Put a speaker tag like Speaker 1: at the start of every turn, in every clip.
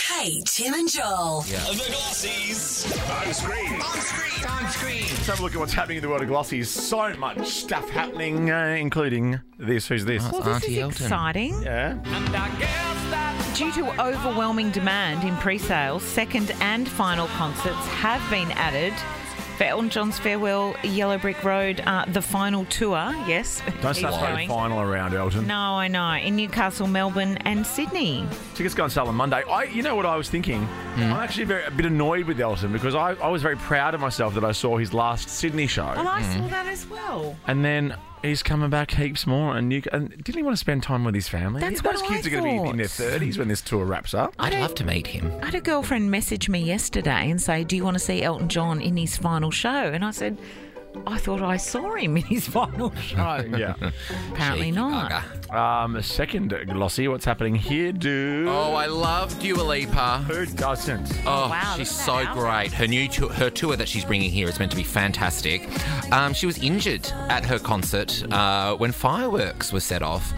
Speaker 1: Hey, Tim and Joel.
Speaker 2: The Glossies.
Speaker 3: On screen.
Speaker 2: On screen. On screen.
Speaker 3: Let's have a look at what's happening in the world of glossies. So much stuff happening, uh, including this. Who's this?
Speaker 4: Well, this
Speaker 5: Auntie
Speaker 4: is
Speaker 5: Elton.
Speaker 4: exciting.
Speaker 3: Yeah.
Speaker 4: Due to overwhelming demand in pre sales, second and final concerts have been added. For Elton John's farewell, Yellow Brick Road, uh, the final tour, yes.
Speaker 3: Don't
Speaker 4: he's
Speaker 3: start throwing
Speaker 4: going.
Speaker 3: final around, Elton.
Speaker 4: No, I know. In Newcastle, Melbourne, and Sydney.
Speaker 3: Tickets go on sale on Monday. I, you know what I was thinking?
Speaker 4: Hmm.
Speaker 3: I'm actually very, a bit annoyed with Elton because I, I was very proud of myself that I saw his last Sydney show.
Speaker 4: Well, I saw that as well.
Speaker 3: and then he's coming back heaps more. And, you, and didn't he want to spend time with his family?
Speaker 4: That's
Speaker 3: Those
Speaker 4: what
Speaker 3: kids
Speaker 4: I
Speaker 3: are going to be in
Speaker 4: thought.
Speaker 3: their 30s when this tour wraps up.
Speaker 5: I'd love to meet him.
Speaker 4: I had a girlfriend message me yesterday and say, Do you want to see Elton John in his final show? And I said, I thought I saw him in his final show.
Speaker 3: Yeah.
Speaker 4: Apparently
Speaker 5: Cheeky
Speaker 4: not.
Speaker 5: bugger.
Speaker 3: um, second glossy, what's happening here, dude?
Speaker 5: Oh, I love Dua Lipa.
Speaker 3: Who doesn't?
Speaker 5: Oh,
Speaker 4: wow,
Speaker 5: she's
Speaker 4: look
Speaker 5: so
Speaker 4: at that
Speaker 5: great. Her new tour, her tour that she's bringing here is meant to be fantastic. Um, she was injured at her concert uh, when fireworks were set off.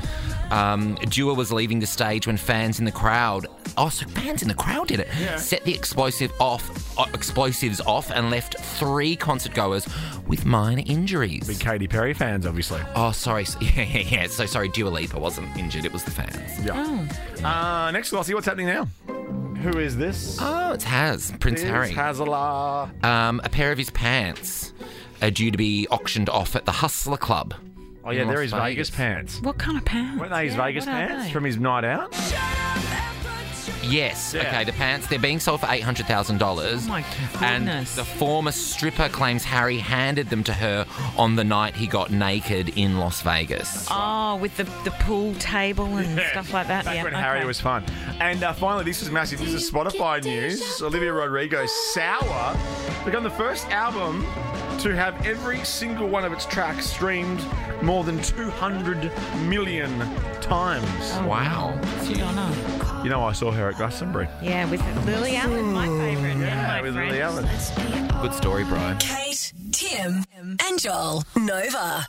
Speaker 5: Um, Dua was leaving the stage when fans in the crowd, oh, so fans in the crowd did it, set the explosive off, uh, explosives off, and left three concert goers with minor
Speaker 3: Big
Speaker 5: injuries.
Speaker 3: Katy Perry fans, obviously.
Speaker 5: Oh, sorry, s- yeah, yeah, yeah. So sorry, Dua Lipa wasn't injured; it was the fans.
Speaker 3: Yeah. Uh, next glossy, what's happening now? Who is this?
Speaker 5: Oh, it's Has Prince
Speaker 3: This
Speaker 5: Harry.
Speaker 3: Hazela.
Speaker 5: um, a pair of his pants are due to be auctioned off at the Hustler Club.
Speaker 3: Oh yeah,
Speaker 5: in
Speaker 3: they're
Speaker 5: Las
Speaker 3: his Vegas, pants.
Speaker 4: What kind of pants?
Speaker 3: Weren't they his
Speaker 4: Yeah,
Speaker 3: Vegas
Speaker 4: what are
Speaker 3: pants
Speaker 4: they?
Speaker 3: from his night out?
Speaker 5: Yes.
Speaker 3: Yeah.
Speaker 5: Okay, the pants they're being sold for eight hundred thousand dollars.
Speaker 4: Oh, my
Speaker 5: And
Speaker 4: goodness.
Speaker 5: the former stripper claims Harry handed them to her on the night he got naked in Las Vegas.
Speaker 4: Oh, with the, the pool table and stuff like that.
Speaker 3: Back
Speaker 4: yeah,
Speaker 3: when Harry
Speaker 4: okay.
Speaker 3: was fun. And uh, finally, this is massive. This is Spotify news. Olivia Rodrigo, Sour, become the first album to have every single one of its tracks streamed more than 200 million times.
Speaker 4: Oh.
Speaker 5: Wow.
Speaker 4: Good on her.
Speaker 3: You know, I saw her at Glastonbury.
Speaker 4: Yeah, with Lily Allen, my favourite. and my
Speaker 3: Yeah, with Lily
Speaker 4: friend.
Speaker 3: Allen.
Speaker 5: Good story, Brian.
Speaker 1: Kate, Tim, and Joel. Nova.